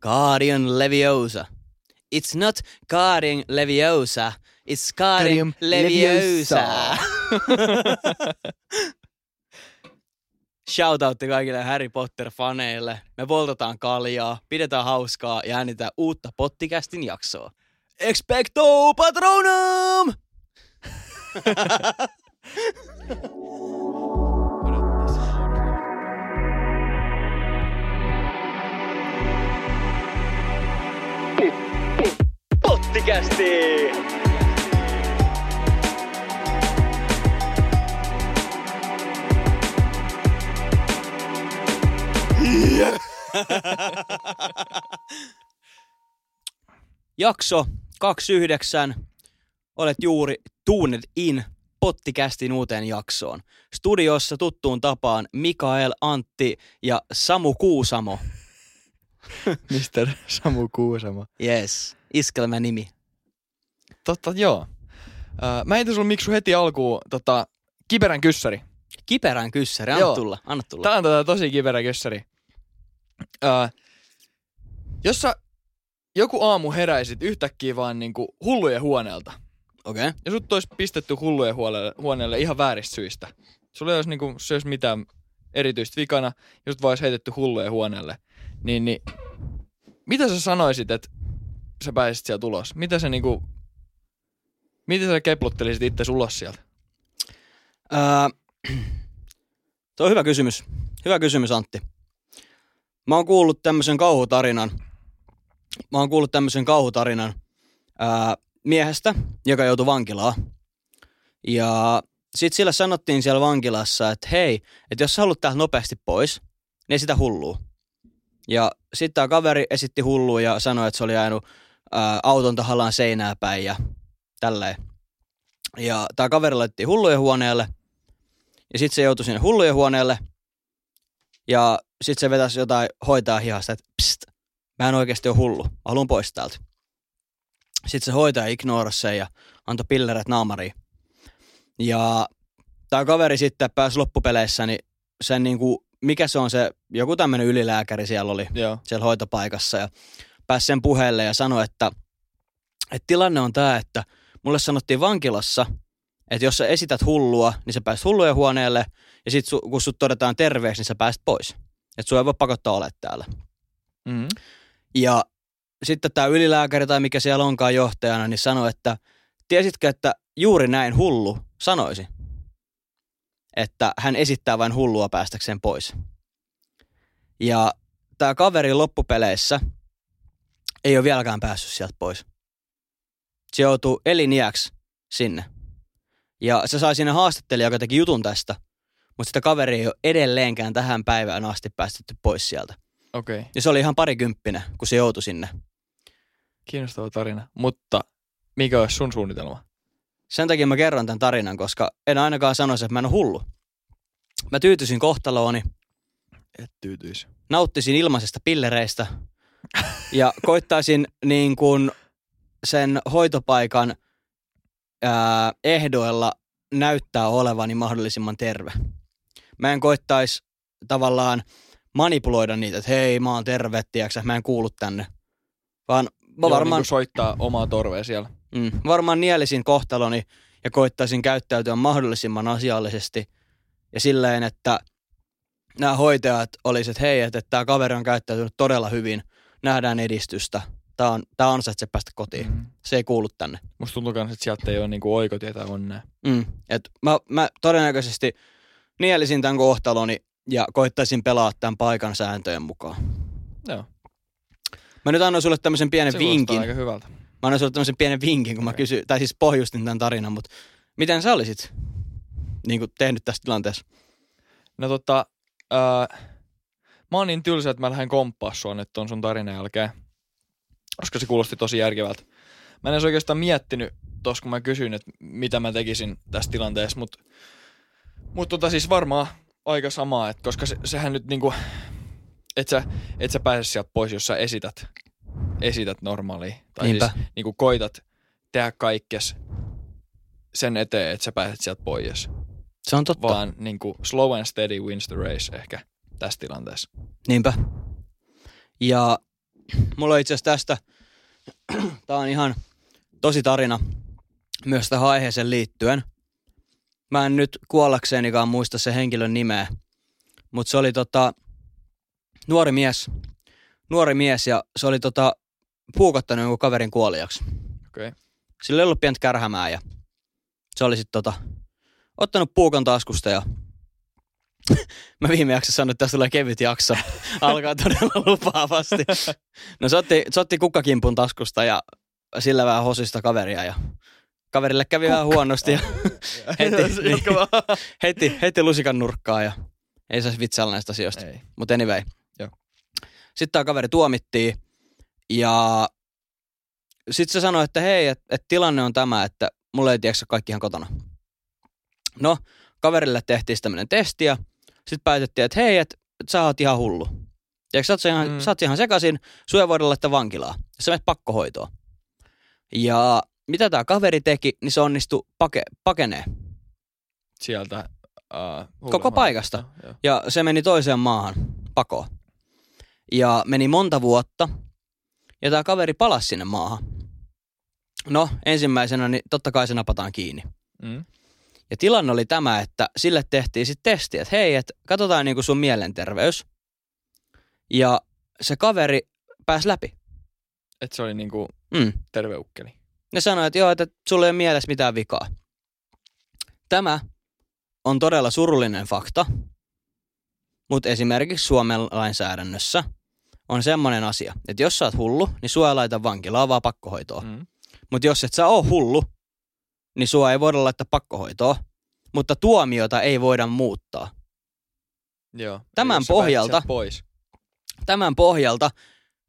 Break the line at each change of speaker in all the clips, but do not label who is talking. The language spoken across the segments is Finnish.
Guardian Leviosa. It's not Guardian Leviosa, it's Guardian
Guardian
Leviosa. Shoutoutti kaikille Harry Potter-faneille. Me poltetaan kaljaa, pidetään hauskaa ja äänitään uutta pottikästin jaksoa. Expecto Patronum! Pottikästi! Jakso 29. Olet juuri tuuned in pottikästin uuteen jaksoon. Studiossa tuttuun tapaan Mikael, Antti ja Samu Kuusamo.
Mister Samu Kuusama.
Yes, iskelmän nimi.
Totta, joo. Öö, mä heitän sulle miksu heti alkuun tota, kiperän kyssäri.
Kiperän kyssäri, anna
Joo.
tulla, anna tulla.
Tää on tota, tosi kiperä kyssäri. Öö, jos sä joku aamu heräisit yhtäkkiä vaan niinku hullujen huoneelta,
Okei. Okay.
ja sut olisi pistetty hullujen huoneelle, huoneelle ihan vääristä syistä. Sulla ei olisi, niinku, se ei olisi mitään erityistä vikana, jos sut vaan olisi heitetty hullujen huoneelle. Niin, niin mitä sä sanoisit, että sä pääsisit sieltä ulos? Mitä sä niinku, miten sä keplottelisit itse ulos sieltä?
Öö, tuo on hyvä kysymys. Hyvä kysymys, Antti. Mä oon kuullut tämmöisen kauhutarinan. Mä oon kuullut tämmöisen kauhutarinan öö, miehestä, joka joutui vankilaan. Ja sit sillä sanottiin siellä vankilassa, että hei, että jos sä haluat täältä nopeasti pois, niin sitä hulluu. Ja sitten tämä kaveri esitti hullua ja sanoi, että se oli ajanut öö, auton tahallaan seinää päin ja tälleen. Ja tämä kaveri laitettiin hullujen huoneelle. Ja sitten se joutui sinne hullujen huoneelle. Ja sitten se vetäisi jotain hoitaa hihasta, että pst, mä en oikeasti ole hullu, mä haluan pois täältä. Sitten se hoitaja ignorasi sen ja antoi pilleret naamariin. Ja tämä kaveri sitten pääsi loppupeleissä, niin sen niinku, mikä se on se, joku tämmöinen ylilääkäri siellä oli
Joo.
siellä hoitopaikassa ja pääsi sen puheelle ja sanoi, että, että tilanne on tämä, että mulle sanottiin vankilassa, että jos sä esität hullua, niin sä pääset hullujen huoneelle ja sit su, kun sut todetaan terveeksi, niin sä pääset pois. Että sua ei voi pakottaa ole täällä.
Mm-hmm.
Ja sitten tämä ylilääkäri tai mikä siellä onkaan johtajana, niin sanoi, että tiesitkö, että juuri näin hullu sanoisi, että hän esittää vain hullua päästäkseen pois. Ja tämä kaveri loppupeleissä ei ole vieläkään päässyt sieltä pois. Se joutuu eliniäksi sinne. Ja se sai sinne haastattelija, joka teki jutun tästä, mutta sitä kaveri ei ole edelleenkään tähän päivään asti päästetty pois sieltä.
Okei, okay.
Ja se oli ihan parikymppinen, kun se joutui sinne.
kiinnostava tarina. Mutta mikä olisi sun suunnitelma?
Sen takia mä kerron tämän tarinan, koska en ainakaan sanoisi, että mä en ole hullu. Mä tyytyisin kohtalooni,
Et tyytyisi.
nauttisin ilmaisesta pillereistä ja koittaisin niin kuin sen hoitopaikan ää, ehdoilla näyttää olevani mahdollisimman terve. Mä en koittaisi tavallaan manipuloida niitä, että hei mä oon terve, tiiäksä, mä en kuulu tänne. Vaan mä
Joo,
varmaan...
Niinku soittaa omaa torvea siellä.
Mm, varmaan nielisin kohtaloni ja koittaisin käyttäytyä mahdollisimman asiallisesti ja silleen, että nämä hoitajat olisivat, että hei, että tämä kaveri on käyttäytynyt todella hyvin, nähdään edistystä, tämä on, tää ansaitsee päästä kotiin,
Mm-hmm.
se ei kuulu tänne.
Musta tuntuu kans, että sieltä ei ole niinku oikotietä onnea.
Mm, et mä, mä todennäköisesti nielisin tämän kohtaloni ja koittaisin pelaa tämän paikan sääntöjen mukaan.
Joo,
Mä nyt annoin sulle tämmöisen pienen
se kuulostaa
vinkin.
aika hyvältä.
Mä annan sulle tämmöisen pienen vinkin, kun mä
Okei.
kysyin, tai siis pohjustin tämän tarinan, mutta miten sä olisit niin kuin tehnyt tässä tilanteessa?
No tota, öö, mä oon niin tylsä, että mä lähden komppaa sua nyt ton sun tarinan jälkeen, koska se kuulosti tosi järkevältä. Mä en edes oikeastaan miettinyt tos, kun mä kysyin, että mitä mä tekisin tässä tilanteessa, mutta mut tota siis varmaan aika samaa, että koska se, sehän nyt niinku, et sä, et sä pääse sieltä pois, jos sä esität, esität normaalia. Tai
Niinpä.
siis niinku koitat tehdä kaikkes sen eteen, että sä pääset sieltä pois
Se on totta.
vaan niin kuin slow and steady wins the race ehkä tässä tilanteessa.
Niinpä. Ja Mulla on itse asiassa tästä, tää on ihan tosi tarina myös tähän aiheeseen liittyen. Mä en nyt kuollaksenikaan muista sen henkilön nimeä, mutta se oli tota, nuori mies, nuori mies ja se oli tota, puukottanut jonkun kaverin kuoliaksi.
Okei. Okay.
Sillä ei ollut pientä kärhämää ja se oli sitten tota, ottanut puukon taskusta ja mä viime jaksossa sanoin, että tästä tulee kevyt jakso. Alkaa todella lupaavasti. No se otti, se otti kukkakimpun taskusta ja sillä vähän hosista kaveria ja kaverille kävi vähän huonosti ja heti, niin,
Jatka vaan.
heti, heti lusikan nurkkaa ja ei saisi vitsailla näistä asioista.
Ei.
Mutta anyway.
Joo.
Sitten tämä kaveri tuomittiin ja sitten se sanoi, että hei, että et tilanne on tämä, että mulla ei tiedä kaikki ihan kotona. No, kaverille tehtiin tämmöinen testi ja sitten päätettiin, että hei, että et sä oot ihan hullu. Tiedätkö, sä oot, ihan,
Mm.
mm. sä oot ihan sekaisin, sua ei voida laittaa vankilaa. Sä menet pakkohoitoon. Ja mitä tämä kaveri teki, niin se onnistui pake, pakenee
Sieltä. Uh,
Koko paikasta.
Joo.
Ja se meni toiseen maahan pakoon. Ja meni monta vuotta. Ja tämä kaveri palasi sinne maahan. No, ensimmäisenä, niin totta kai se napataan kiinni.
Mm.
Ja tilanne oli tämä, että sille tehtiin sitten testi, että hei, että katsotaan niinku sun mielenterveys. Ja se kaveri pääsi läpi.
Et se oli niinku
Mm.
terve ukkeli.
Ne sanoi, että joo, että sulla ei ole mielessä mitään vikaa. Tämä on todella surullinen fakta, mutta esimerkiksi Suomen lainsäädännössä on semmoinen asia, että jos sä oot hullu, niin sua ei laita vankilaan, vaan pakkohoitoon.
Mm.
Mutta jos et sä oo hullu, niin sua ei voida laittaa pakkohoitoon, mutta tuomiota ei voida muuttaa.
Joo.
Tämän
Eli jos sä pääsit
pohjalta-
sieltä Pois.
Tämän pohjalta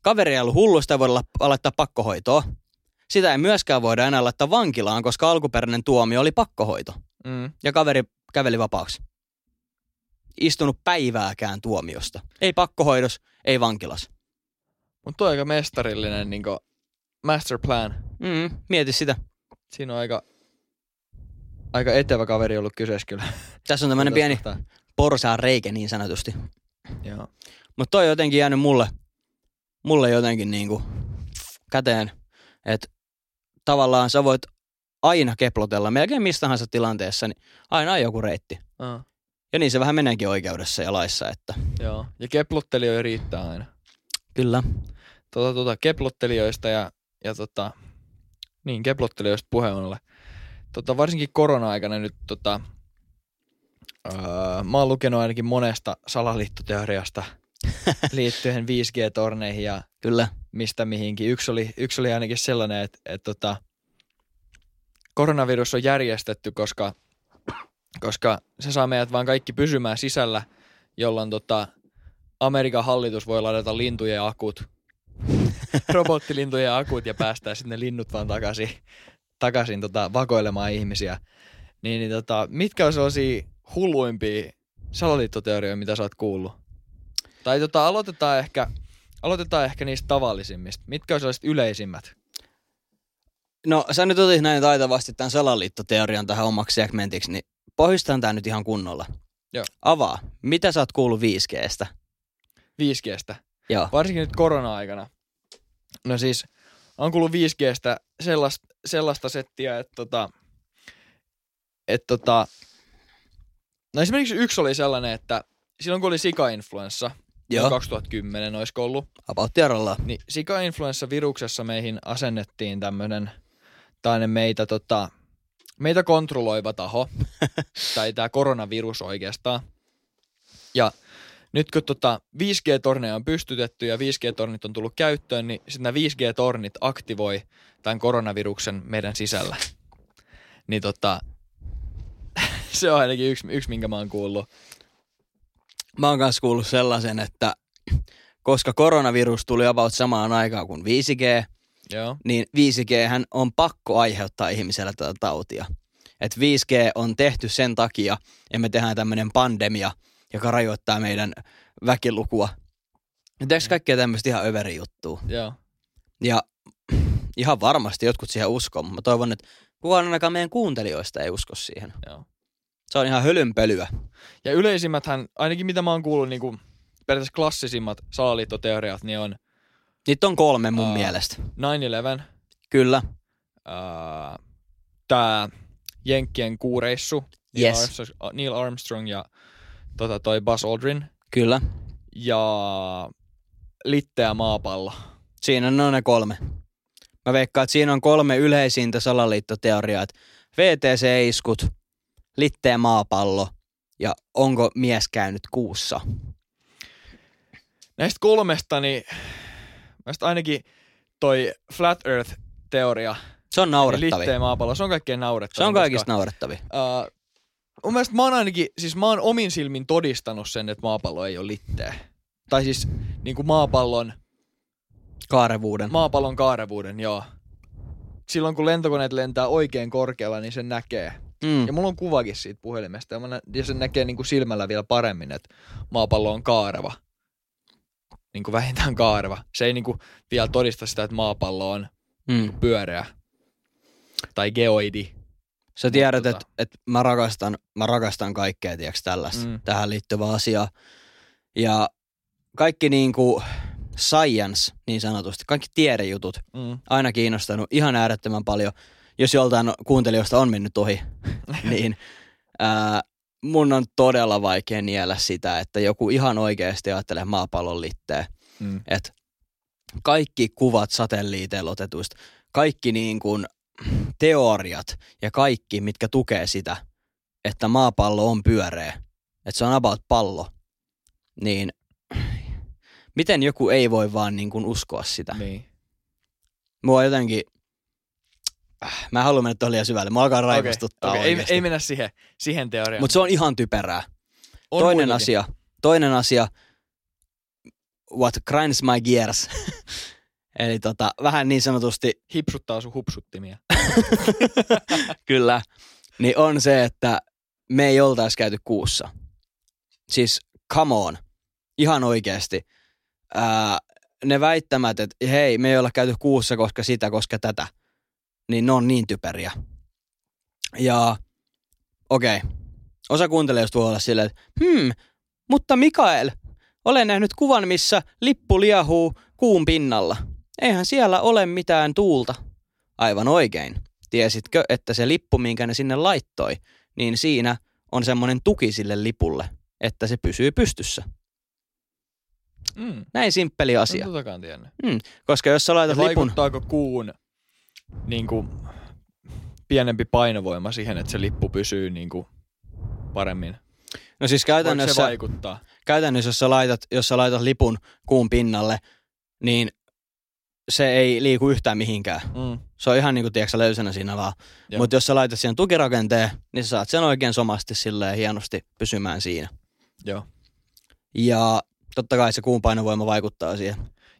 kaveri ei ollut hullu, sitä ei voida la- laittaa pakkohoitoon. Sitä ei myöskään voida enää laittaa vankilaan, koska alkuperäinen tuomio oli pakkohoito.
Mm.
ja kaveri käveli vapaaksi. Istunut päivääkään tuomiosta. Ei pakkohoidos, ei vankilas.
Mut toi on aika mestarillinen niinku master plan.
Mm, mieti sitä.
Siinä on aika, aika etevä kaveri ollut kyseessä kyllä.
Tässä on tämmöinen pieni
Tässä kohtaa.
porsaan reikä niin sanotusti.
Joo.
Mutta toi on jotenkin jäänyt mulle, mulle jotenkin niinku käteen, että tavallaan sä voit aina keplotella melkein mistä tahansa tilanteessa, niin aina on joku reitti.
Ah,
Ja niin se vähän meneekin oikeudessa ja laissa, että
joo. Ja keplottelijoja riittää aina.
kyllä.
tota, tota, keplottelijoista ja, ja tota, niin, keplottelijoista puheen ollen. Tota, varsinkin korona-aikana nyt tota, öö, mä oon lukenut ainakin monesta salaliittoteoriasta liittyen 5G-torneihin ja
Kyllä.
mistä mihinkin. Yksi oli, yksi oli ainakin sellainen, että, että tota, koronavirus on järjestetty, koska, koska se saa meidät vaan kaikki pysymään sisällä, jolloin tota, Amerikan hallitus voi ladata lintujen akut, robottilintujen akut ja päästää sitten ne linnut vaan takaisin, takaisin tota, vakoilemaan ihmisiä. Niin, niin tota, mitkä on sellaisia hulluimpia salaliittoteorioita, mitä sä oot kuullut? Tai tota, aloitetaan ehkä Aloitetaan ehkä niistä tavallisimmista. Mitkä on sellaiset yleisimmät?
No sä nyt otit näin taitavasti tämän salaliittoteorian tähän omaksi segmentiksi, niin pohjustan tämä nyt ihan kunnolla.
Joo.
Avaa. Mitä sä oot kuullut 5Gstä?
5Gstä.
Joo.
Varsinkin nyt korona-aikana. No siis, on kuullut 5Gstä sellaista, sellaista settiä, että tota, että tota, no esimerkiksi yksi oli sellainen, että silloin kun oli sika-influenssa,
Joo.
2010 olisiko ollut,
About tiedolla.
niin sika-influenssaviruksessa meihin asennettiin tämmöinen, tai ne meitä, tota, meitä kontrolloiva taho, tai tämä koronavirus oikeastaan. Ja nyt kun tota 5G-torneja on pystytetty ja 5G-tornit on tullut käyttöön, niin sitten nämä 5G-tornit aktivoi tämän koronaviruksen meidän sisällä. Niin tota, se on ainakin yksi, yksi minkä mä oon kuullut.
Mä oon kanssa kuullut sellaisen, että koska koronavirus tuli about samaan aikaan kuin 5G,
Joo.
niin 5G hän on pakko aiheuttaa ihmisellä tätä tautia. Et 5G on tehty sen takia, että me tehdään tämmöinen pandemia, joka rajoittaa meidän väkilukua. Tehdäänkö kaikkea tämmöistä ihan överi juttua?
Joo.
Ja ihan varmasti jotkut siihen uskoo, mutta mä toivon, että kukaan ainakaan meidän kuuntelijoista ei usko siihen.
Joo.
Se on ihan hölynpölyä.
Ja niinku yleisimmäthän, ainakin mitä mä oon kuullut, niin kuin periaatteessa klassisimmat salaliittoteoriat, niin on
Niitä on kolme mun
Aa.
mielestä.
9-11,
Kyllä.
ää, äh, tää Jenkkien kuureissu, Neil,
Yes.
Armstrong, äh, Neil Armstrong ja tota, toi Buzz Aldrin
Kyllä.
ja litteä maapallo.
Siinä on ne kolme. Mä veikkaan, että siinä on kolme yleisintä salaliittoteoriaa. että VTC-iskut, litteä maapallo ja onko mies käynyt kuussa.
Näistä kolmesta, niin näistä ainakin toi Flat Earth-teoria,
Se on
eli
naurettavi.
litteä maapallo, se on kaikkein naurettavin.
Se on
koska-
kaikista naurettavi.
Äh, mun mielestä mä oon ainakin, siis mä oon omin silmin todistanut sen, että maapallo ei ole litteä. Tai siis niin kuin maapallon,
Kaarevuuden.
maapallon kaarevuuden, joo. Silloin kun lentokoneet lentää oikein korkealla, niin sen näkee.
Mm.
Ja mulla on kuvakin siitä puhelimesta, ja, mä nä- ja sen näkee niin kuin silmällä vielä paremmin, että maapallo on kaareva. Niin kuin vähintään kaareva. Se ei niin kuin vielä todista sitä, että maapallo on
Mm.
pyöreä. Tai geoidi.
Sä tiedät,
tota-
että et mä, rakastan, mä rakastan kaikkea, tiedätkö, tällaista,
Mm.
mm. tähän liittyvää asiaa. Ja kaikki niin kuin science, niin sanotusti, kaikki tiedejutut,
Mm.
aina kiinnostanut ihan äärettömän paljon. Jos joltain kuuntelijoista on mennyt ohi, niin ää, mun on todella vaikea niellä sitä, että joku ihan oikeasti ajattelee maapallon litteä.
Mm.
Et kaikki kuvat satelliiteilla otetuista, kaikki niin kuin teoriat ja kaikki, mitkä tukee sitä, että maapallo on pyöreä, että se on about pallo, niin miten joku ei voi vaan niin kuin uskoa sitä?
Niin.
Mua jotenkin... Äh, Mä en halua mennä tuohon liian syvälle. Mua alkaa raivostuttaa
Okei,
okay,
okei, ei, ei mennä siihen, siihen teoriaan.
Mutta se on ihan typerää.
On
toinen
muitakin.
asia. Toinen asia. What grinds my gears. Eli tota, vähän niin sanotusti,
Hipsuttaa sun hupsuttimia.
kyllä, niin on se, että me ei oltaisi käyty kuussa. Siis come on. Ihan oikeasti. Ää, ne väittämät, että hei, me ei olla käyty kuussa, koska sitä, koska tätä, niin ne on niin typeriä. Ja okei, okay. osa kuuntelijoista voi olla silleen, että hmm, mutta Mikael, olen nähnyt kuvan, missä lippu liahuu kuun pinnalla. Eihän siellä ole mitään tuulta. Aivan oikein. Tiesitkö, että se lippu, minkä ne sinne laittoi, niin siinä on semmoinen tuki sille lipulle, että se pysyy pystyssä.
Mm.
Näin simppeli asia.
Asia. En totakaan tiennyt.
Koska jos sä
Ja
laitat lipun...
vaikuttaako kuun niin kuin, pienempi painovoima siihen, että se lippu pysyy niin kuin, paremmin?
No siis
Voiko se
käytännössä,
vaikuttaa?
käytännössä jos, sä laitat, jos sä laitat lipun kuun pinnalle, niin se ei liiku yhtään mihinkään.
Mm.
Se on ihan niin kuin, tiedätkö, sä, löysänä siinä vaan.
Joo.
Mutta jos sä laitat siihen tukirakenteen, niin sä saat sen oikein somasti silleen hienosti pysymään siinä.
Joo.
Ja totta kai se kuun painovoima vaikuttaa siihen.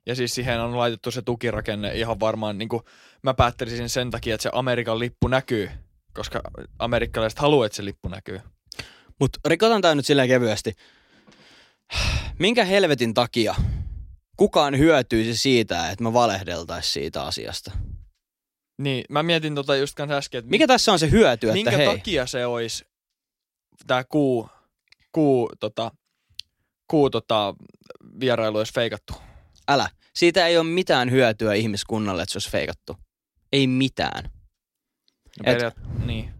Ja siis siihen on laitettu se tukirakenne ihan varmaan, niin kuin, mä päättelisin sen takia, että se Amerikan lippu näkyy, koska amerikkalaiset haluaa, että se lippu näkyy.
Mutta rikotaan tämä nyt silleen kevyesti. Minkä helvetin takia kukaan hyötyisi siitä, että me valehdeltaisiin siitä asiasta?
Niin, mä mietin tota just kanssa äsken, että
Mikä tässä on se hyöty, että
Minkä
hei?
takia se olisi tämä kuu, kuu, tota, kuu tota, vierailu olisi feikattu?
Älä. Siitä ei ole mitään hyötyä ihmiskunnalle, että se olisi feikattu. Ei mitään.
No
Et-
periaat- niin.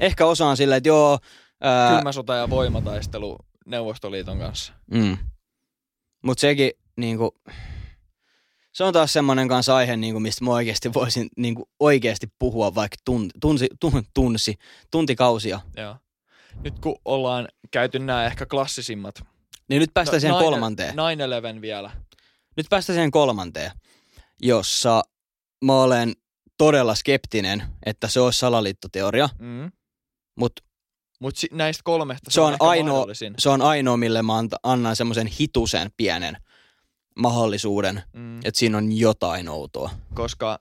Ehkä osa on silleen, että joo... Ää,
Kylmä sota ja voimataistelu Neuvostoliiton kanssa.
mm. Mutta sekin niinku... Se on taas semmoinen kanssa aihe, niinku, mistä mä oikeasti voisin niinku, oikeasti puhua vaikka tun, tunsi, tun, tunsi, tuntikausia.
Joo. Nyt kun ollaan käyty nämä ehkä klassisimmat. No,
Niin nyt päästään siihen
nine-
kolmanteen.
9-11 vielä.
Nyt päästään siihen kolmanteen, jossa mä olen todella skeptinen, että se olisi salaliittoteoria,
Mm.
mutta
Mutta si- näistä kolmesta se,
Se on
on ehkä
ainoa-
mahdollisin.
se on ainoa, mille mä anta- annan semmoisen hitusen pienen mahdollisuuden,
Mm.
että siinä on jotain outoa.
koska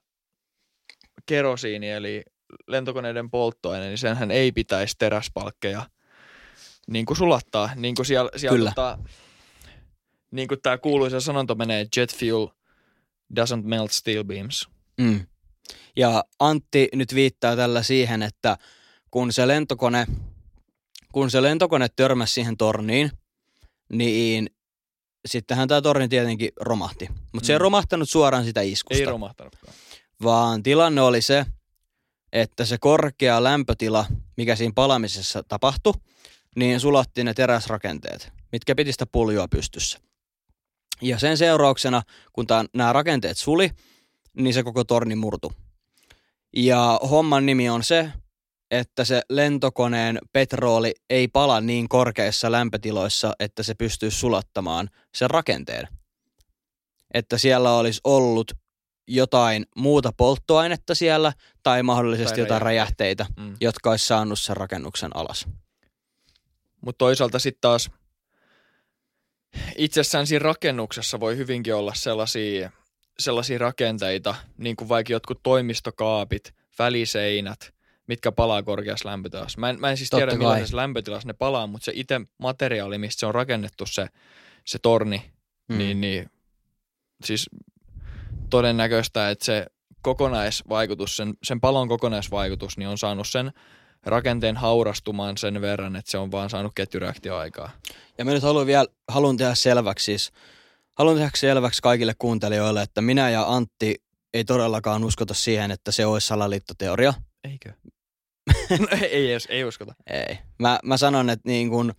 kerosiini eli lentokoneiden polttoaine, niin senhän ei pitäisi teräspalkkeja niin kuin sulattaa. Niin kuin siellä, siellä
Kyllä.
Tota, niin kuin tämä kuuluisa sanonta menee, jet fuel doesn't melt steel beams.
Mm. Ja Antti nyt viittaa tällä siihen, että kun se lentokone, kun se lentokone törmäsi siihen torniin, niin sittenhän tämä torni tietenkin romahti. Mutta se ei
Mm.
romahtanut suoraan sitä
Ei
iskusta,
romahtanutkaan.
vaan tilanne oli se, että se korkea lämpötila, mikä siinä palamisessa tapahtui, niin sulatti ne teräsrakenteet, mitkä piti sitä puljua pystyssä. Ja sen seurauksena, kun tää- nämä rakenteet suli, niin se koko torni murtu. Ja homman nimi on se, että se lentokoneen petrooli ei pala niin korkeissa lämpötiloissa, että se pystyy sulattamaan sen rakenteen. Että siellä olisi ollut jotain muuta polttoainetta siellä tai mahdollisesti
Tai
jotain räjähteitä,
Mm.
jotka olisi saanut sen rakennuksen alas.
Mutta toisaalta sitten taas itsessään siinä rakennuksessa voi hyvinkin olla sellaisia, sellaisia rakenteita, niin kuin vaikka jotkut toimistokaapit, väliseinät, mitkä palaa korkeassa lämpötilassa. Mä en, mä en siis
Totta
tiedä,
kai.
millaisessa lämpötilassa ne palaa, mutta se itse materiaali, mistä se on rakennettu se, se torni, mm. niin, niin siis todennäköistä, että se kokonaisvaikutus, sen, sen palon kokonaisvaikutus, niin on saanut sen rakenteen haurastumaan sen verran, että se on vaan saanut ketjureaktioaikaa.
Ja mä nyt haluan vielä, haluan tehdä selväksi siis, haluan tehdä selväksi kaikille kuuntelijoille, että minä ja Antti ei todellakaan uskota siihen, että se olisi salaliittoteoria.
Eikö? no, ei, ei edes, ei uskota.
Ei. Mä, mä sanon, että niin kun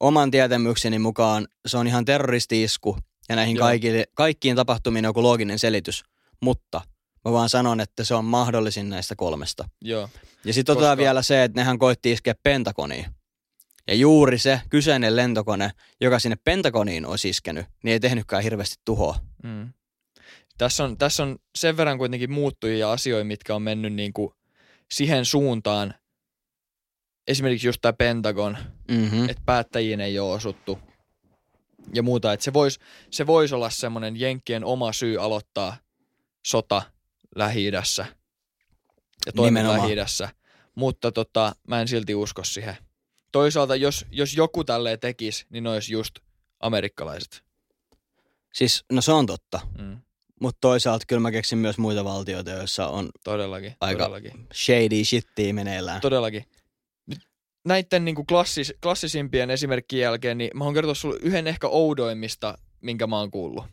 oman tietämykseni mukaan se on ihan terroristi-isku ja näihin
Joo.
kaikille, kaikkiin tapahtumiin on joku looginen selitys, mutta mä vaan sanon, että se on mahdollisin näistä kolmesta.
Joo.
Ja sitten otetaan
Koska-
vielä se, että nehän koitti iskeä Pentagoniin. Ja juuri se kyseinen lentokone, joka sinne Pentagoniin olisi iskenyt, niin ei tehnytkään hirveästi tuhoa.
Mm. Tässä, on, tässä on sen verran kuitenkin muuttujia ja asioita, mitkä on mennyt niin kuin siihen suuntaan. Esimerkiksi just tämä Pentagon,
Mm-hmm.
että päättäjiin ei ole osuttu ja muuta. Että se voisi se vois olla semmoinen Jenkkien oma syy aloittaa sota Lähi-idässä ja toimia
Nimenomaan.
Lähi-idässä. Mutta tota, mä en silti usko siihen. Toisaalta, jos, jos joku tälleen tekisi, niin ne olisi just amerikkalaiset.
Siis, no se on totta.
Mm,
Mutta toisaalta kyllä mä keksin myös muita valtioita, joissa on
todellakin,
Aika-
todellakin.
shady shittiä meneillään.
Todellakin. Nyt Näiden niin kuin klassis, klassisimpien esimerkkien jälkeen, niin mä oon kertoa sulle yhden ehkä oudoimmista, minkä mä oon kuullut.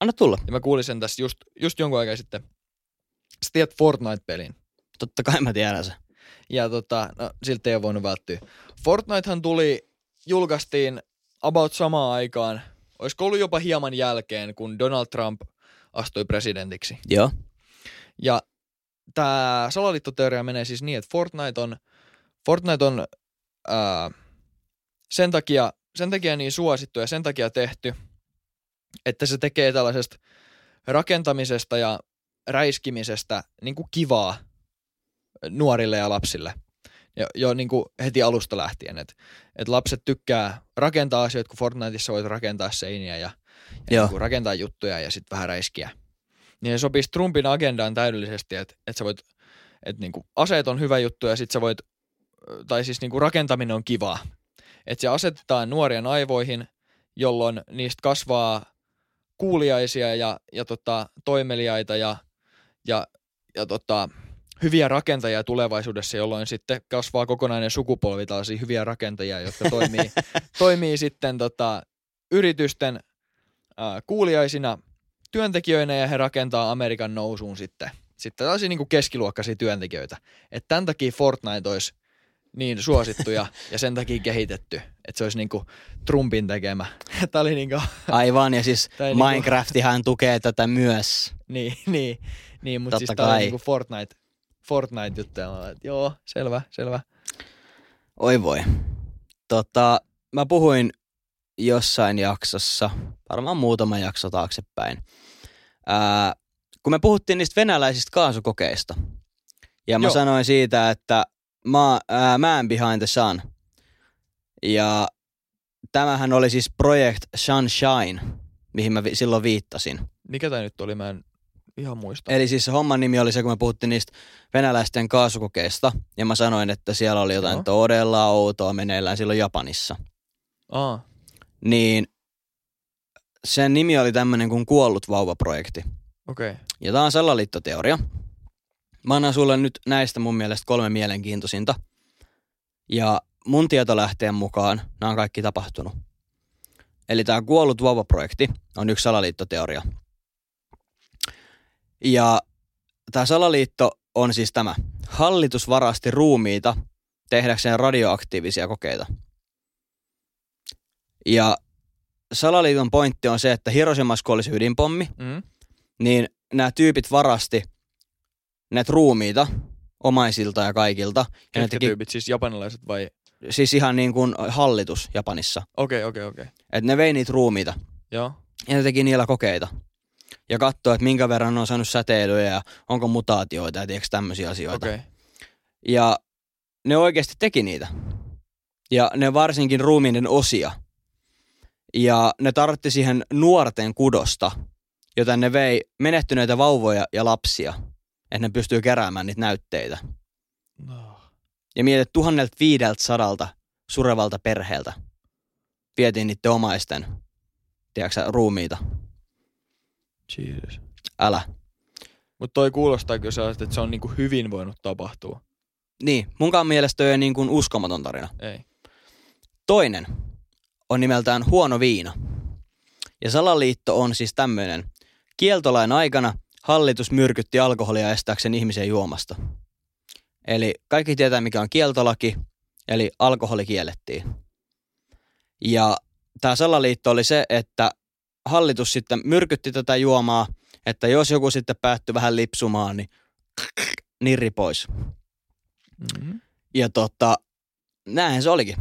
Anna tulla.
Ja mä kuulin sen tässä just, just jonkun aikaa sitten. Sä tiedät Fortnite-pelin.
Totta kai mä tiedän sen.
Ja tota, no, siltä ei ole voinut välttyä. Fortnitehan tuli, julkaistiin about samaan aikaan. Olisiko ollut jopa hieman jälkeen, kun Donald Trump astui presidentiksi.
Joo.
Ja tämä salaliittoteoria menee siis niin, että Fortnite on, Fortnite on ää, sen, takia, sen takia niin suosittu ja sen takia tehty, että se tekee tällaisesta rakentamisesta ja räiskimisestä niin kuin kivaa nuorille ja lapsille. Jo, jo niin kuin heti alusta lähtien, että et lapset tykkää rakentaa asioita, kun Fortniteissa voit rakentaa seiniä ja, ja
Joo.
niin kuin rakentaa juttuja ja sitten vähän räiskiä niin se sopisi Trumpin agendaan täydellisesti, että, että sä voit, että niinku aseet on hyvä juttu ja sit sä voit, tai siis niinku rakentaminen on kivaa. Että se asetetaan nuorien aivoihin, jolloin niistä kasvaa kuuliaisia ja, ja tota, toimeliaita ja, ja, ja tota, hyviä rakentajia tulevaisuudessa, jolloin sitten kasvaa kokonainen sukupolvi tällaisia hyviä rakentajia, jotka toimii, toimii sitten tota, yritysten ää, kuuliaisina työntekijöinä ja he rakentaa Amerikan nousuun sitten. Sitten tällaisia niin keskiluokkaisia työntekijöitä. Että tämän takia Fortnite olisi niin suosittu ja, ja sen takia kehitetty, että se olisi niin kuin Trumpin tekemä. Tämä oli niin kuin,
Aivan, ja siis
Tai niinku-
Minecraftihan tukee tätä myös.
niin, niin, niin mutta siis
Totta
tämä oli
kai.
niin kuin Fortnite, Fortnite juttu. Joo, selvä, selvä.
Oi voi. Tota, mä puhuin jossain jaksossa, varmaan muutama jakso taaksepäin, ää, kun me puhuttiin niistä venäläisistä kaasukokeista. Ja mä
Joo.
Joo. sanoin siitä, että mä, ää, mä en behind the sun. Ja tämähän oli siis Project Sunshine, mihin mä vi- silloin viittasin.
Mikä tämä nyt oli? Mä en ihan muista.
Eli siis se homman nimi oli se, kun me puhuttiin niistä venäläisten kaasukokeista, ja mä sanoin, että siellä oli jotain
Joo.
Joo. todella outoa meneillään silloin Japanissa.
Aa,
Niin sen nimi oli tämmöinen kuin Kuollut vauvaprojekti.
okei. Okay.
Ja tää on salaliittoteoria. Mä annan sulle nyt näistä mun mielestä kolme mielenkiintoisinta. Ja mun tietolähteen mukaan nämä on kaikki tapahtunut. Eli tämä kuollut vauvaprojekti on yksi salaliittoteoria. Ja tämä salaliitto on siis tämä. Hallitus varasti ruumiita tehdäkseen radioaktiivisia kokeita. Ja salaliiton pointti on se, että Hiroshimassa kun olisi ydinpommi,
Mm.
niin nämä tyypit varasti näitä ruumiita omaisilta ja kaikilta. Ja ne
Ketkä
teki,
tyypit, siis japanilaiset vai?
siis ihan niin kuin hallitus Japanissa.
Okei, okei, okei.
Että ne vei niitä ruumiita
Joo.
ja ne teki niillä kokeita. Ja katsoi, että minkä verran ne on saanut säteilyä ja onko mutaatioita ja tiedätkö tämmöisiä asioita.
Okei.
Ja ne oikeasti teki niitä. Ja ne varsinkin ruumiiden osia. Ja ne tartti siihen nuorten kudosta, joten ne vei menehtyneitä vauvoja ja lapsia, että ne pystyy keräämään niitä näytteitä.
No.
Ja mietit 1500 surevalta perheeltä vietiin niiden omaisten, tiedätkö sä, ruumiita.
Jesus.
Älä.
Mutta toi kuulostaa kyllä sellaista, että se on niinku hyvin voinut tapahtua.
Niin, munkaan mielestä toi ei niin kuin uskomaton tarina.
Ei.
Toinen on nimeltään Huono viina. Ja salaliitto on siis tämmöinen. Kieltolain aikana hallitus myrkytti alkoholia estääkseen ihmisiä juomasta. Eli kaikki tietää, mikä on kieltolaki, eli alkoholi kiellettiin. Ja tämä salaliitto oli se, että hallitus sitten myrkytti tätä juomaa, että jos joku sitten päättyi vähän lipsumaan, niin nirri pois.
Mm-hmm.
Ja tota, näinhän se olikin.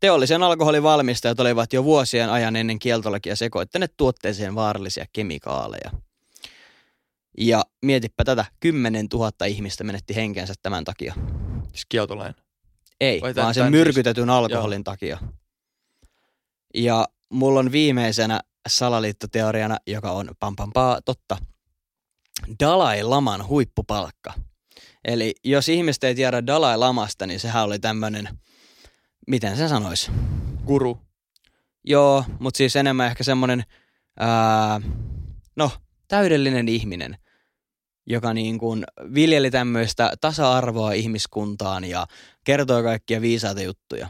Teollisen alkoholin valmistajat olivat jo vuosien ajan ennen kieltolakia sekoittaneet tuotteeseen vaarallisia kemikaaleja. Ja mietipä tätä, 10 000 ihmistä menetti henkensä tämän takia.
Siis kieltolain.
Ei,
Vai tän-
vaan sen
tän siis-
myrkytetyn alkoholin takia. Ja mulla on viimeisenä salaliittoteoriana, joka on pampampaa totta, Dalai Laman huippupalkka. Eli jos ihmiset ei tiedä Dalai Lamasta, niin sehän oli tämmönen, miten se sanois?
Guru.
Joo, mutta siis enemmän ehkä semmonen, ää, no, täydellinen ihminen, joka niin kuin viljeli tämmöistä tasa-arvoa ihmiskuntaan ja kertoi kaikkia viisaita juttuja.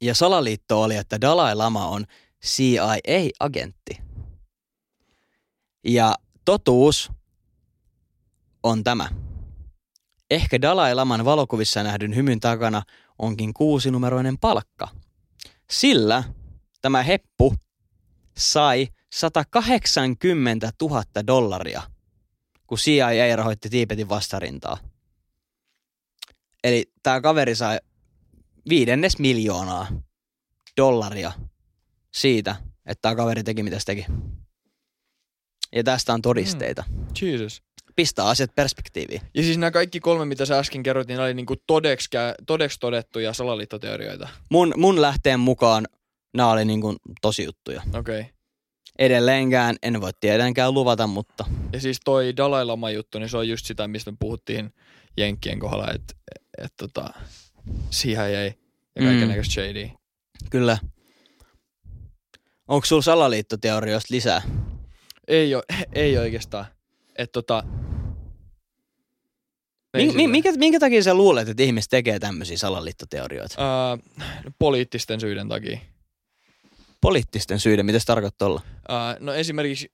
Ja salaliitto oli, että Dalai Lama on CIA-agentti. Ja totuus on tämä. Ehkä Dalai Laman valokuvissa nähdyn hymyn takana onkin kuusinumeroinen palkka. Sillä tämä heppu sai 180 000 dollaria, kun CIA rahoitti Tiipetin vastarintaa. Eli tämä kaveri sai viidennes miljoonaa dollaria siitä, että tämä kaveri teki mitä se teki. Ja tästä on todisteita.
Jesus.
Pistää asiat perspektiiviin.
Ja siis nämä kaikki kolme, mitä sä äsken kerroit, niin ne oli niinku todeksi, kä- todeksi todettuja salaliittoteorioita.
Mun, mun lähteen mukaan nämä oli niin kuin tosi juttuja.
Okei. Okay.
Edelleenkään en voi tietenkään luvata, mutta
Ja siis toi Dalai Lama juttu, niin se on just sitä, mistä me puhuttiin Jenkkien kohdalla, että et, tota, CIA ja kaiken näköistä shadya.
Kyllä. Onko sulla salaliittoteorioista lisää?
Ei, o, ei oikeastaan. Et, tota,
Mi-
ei
mi-
sillä-
minkä, minkä takia sä luulet, että ihmiset tekee tämmöisiä salaliittoteorioita?
Ää, poliittisten syiden takia.
Poliittisten syiden, mitä se tarkoittaa olla?
Ää, no esimerkiksi,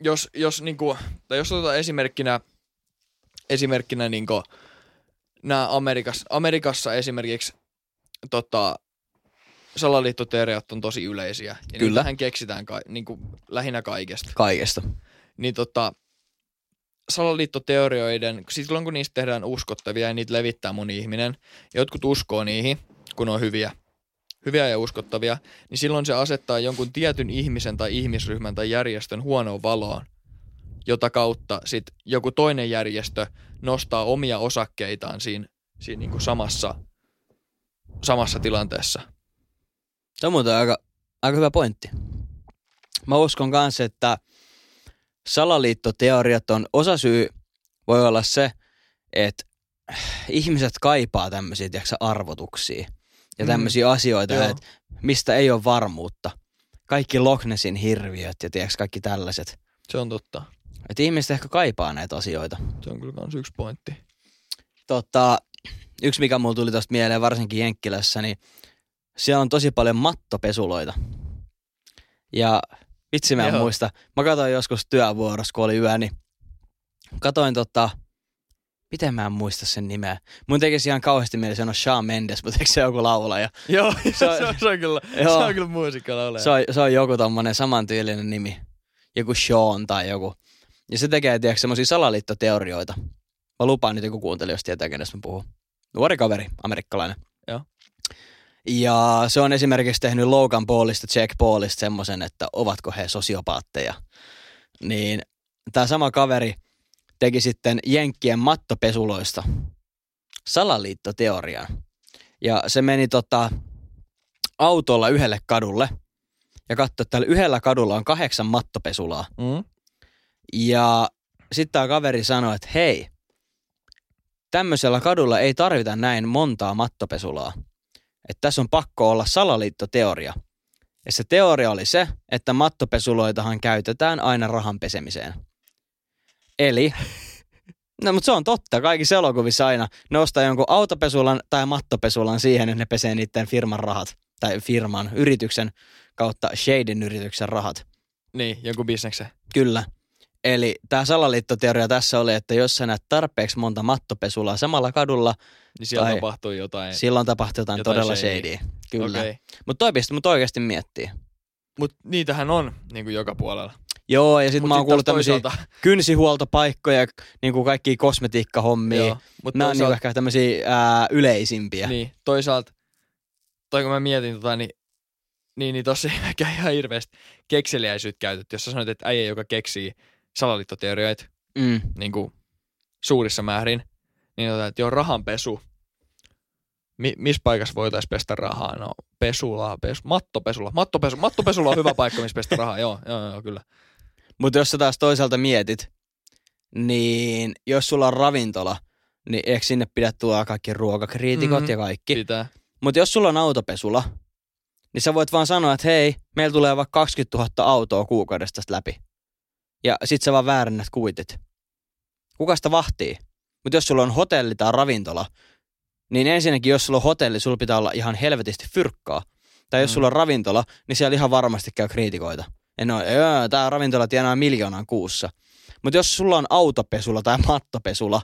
jos, jos, niinku, tai jos otetaan esimerkkinä, esimerkkinä niinku, nämä Amerikassa, Amerikassa esimerkiksi tota, salaliittoteoriat on tosi yleisiä. Ja
Kyllä.
Hän keksitään ka, niinku, lähinnä kaikesta.
Kaikesta.
Niin tota, salaliittoteorioiden, silloin kun niistä tehdään uskottavia ja niitä levittää moni ihminen, jotkut uskoo niihin, kun on hyviä, hyviä ja uskottavia, niin silloin se asettaa jonkun tietyn ihmisen tai ihmisryhmän tai järjestön huonoon valoon, jota kautta sit joku toinen järjestö nostaa omia osakkeitaan siinä, siinä niin kuin samassa, samassa tilanteessa.
Se on muuten aika, aika hyvä pointti. Mä uskon kanssa, että salaliittoteoriat on osasyy voi olla se, että ihmiset kaipaa tämmöisiä tiedätkö, sä, arvotuksia ja
Mm.
tämmöisiä asioita,
Joo.
että mistä ei ole varmuutta. Kaikki Loch Nessin hirviöt ja tiedätkö, kaikki tällaiset.
Se on totta.
Että ihmiset ehkä kaipaa näitä asioita.
Se on kyllä myös yksi pointti.
Tota, yksi mikä mulla tuli tosta mieleen, varsinkin Jenkkilässä, niin siellä on tosi paljon mattopesuloita. Ja vitsi mä en
Joo.
muista. Mä katsoin joskus työvuorossa, kun oli yö, niin katoin tota, miten mä en muista sen nimeä. Mun tekisi ihan kauheasti mieli sanoa Shawn Mendes, mutta eikö se joku laulaja?
Joo,
Se
se,
on-
on, se, on, se on kyllä,
Joo.
se on kyllä muusikkala ole.
Se on, se on joku tommonen samantyylinen nimi. Joku Sean tai joku. Ja se tekee, tiedätkö, semmosia salaliittoteorioita. Mä lupaan nyt joku kuuntelija, jos tietää, kenestä mä puhun. Nuori kaveri, amerikkalainen.
Joo.
Ja se on esimerkiksi tehnyt Logan Paulista, Jack Paulista semmoisen, että ovatko he sosiopaatteja. Niin tämä sama kaveri teki sitten Jenkkien mattopesuloista salaliittoteorian. Ja se meni tota, autolla yhdelle kadulle ja katsoi, että täällä yhdellä kadulla on kahdeksan mattopesulaa.
Mm?
Ja sitten tämä kaveri sanoi, että hei, tämmöisellä kadulla ei tarvita näin montaa mattopesulaa. Että tässä on pakko olla salaliittoteoria. Ja se teoria oli se, että mattopesuloitahan käytetään aina rahan pesemiseen. Eli, no mutta se on totta, kaikissa elokuvissa aina nostaa jonkun autopesulan tai mattopesulan siihen, että ne pesee niiden firman rahat. Tai firman, yrityksen kautta Shaden yrityksen rahat.
Niin, jonkun bisneksen.
Kyllä. Eli tämä salaliittoteoria tässä oli, että jos sä näet tarpeeksi monta mattopesulaa samalla kadulla,
Niin siellä
Tai-
tapahtuu jotain.
silloin tapahtuu jotain,
Jotain
todella
shadyä.
shadyä. Kyllä. Okay.
Okay.
Mutta toi pisti mut oikeasti miettii.
Mutta niitähän on niin kuin joka puolella.
Joo, ja sitten
Mut
mä oon
sit
kuullut
taas
tämmöisiä
toisaalta-
kynsihuoltopaikkoja, niin kuin kaikkia kosmetiikkahommia.
Joo, Mut
Nämä on niinku
toisaalta-
ehkä tämmöisiä ää, yleisimpiä. Niin.
Niin, toisaalta, toi kun mä mietin tota, niin, niin, niin tossa ei ehkä ihan hirveästi kekseliäisyyttä käytetty. Jos sä sanoit, että äijä, joka keksii salaliittoteorioita
Mm.
niin kuin suurissa määrin, niin tota, että joo, rahanpesu. Mi- missä paikassa voitaisiin pestä rahaa? No, pesula, pesu, mattopesula. Mattopesu, mattopesula on hyvä paikka, missä pestä rahaa. Joo, joo, joo, kyllä.
Mutta jos sä taas toisaalta mietit, niin jos sulla on ravintola, niin eikö sinne pidä tuoda kaikki ruokakriitikot
Mhm.
ja kaikki?
Pitää.
Mutta jos sulla on autopesula, niin sä voit vaan sanoa, että hei, meillä tulee vaikka 20 000 autoa kuukaudesta tästä läpi. Ja sit sä vaan väärännät kuitit. Kuka sitä vahtii? Mutta jos sulla on hotelli tai ravintola, niin ensinnäkin jos sulla on hotelli, sulla pitää olla ihan helvetisti fyrkkaa. Tai jos
Mm.
sulla on ravintola, niin siellä ihan varmasti käy kriitikoita. Ja no, joo, tää ravintola tienaa miljoonan kuussa. Mutta jos sulla on autopesula tai mattopesula,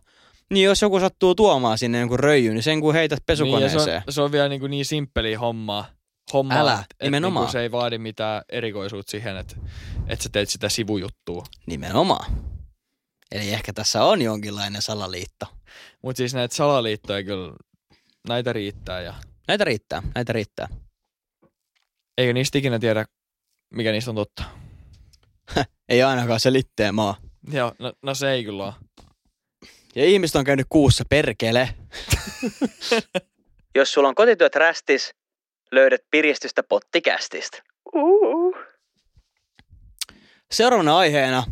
niin jos joku sattuu tuomaan sinne jonkun röijyn, niin sen kun heität
ja
pesukoneeseen.
se, on, se on vielä niin, niin simppeliä hommaa. hommaa
Älä,
et,
nimenomaan.
Niin se ei vaadi mitään erikoisuutta siihen, että et sä teet sitä sivujuttua.
Nimenomaan. Eli ehkä tässä on jonkinlainen salaliitto.
Mutta siis näitä salaliittoja kyllä, näitä riittää. Ja,
Näitä riittää, näitä riittää.
eikä niistä ikinä tiedä, mikä niistä on totta.
Ei ainakaan se litteä maa.
Joo, no, no se ei kyllä ole.
Ja ihmiset on käynyt kuussa perkele. Jos sulla on kotityöt rästis, löydät piristystä pottikästistä. Seuraavana aiheena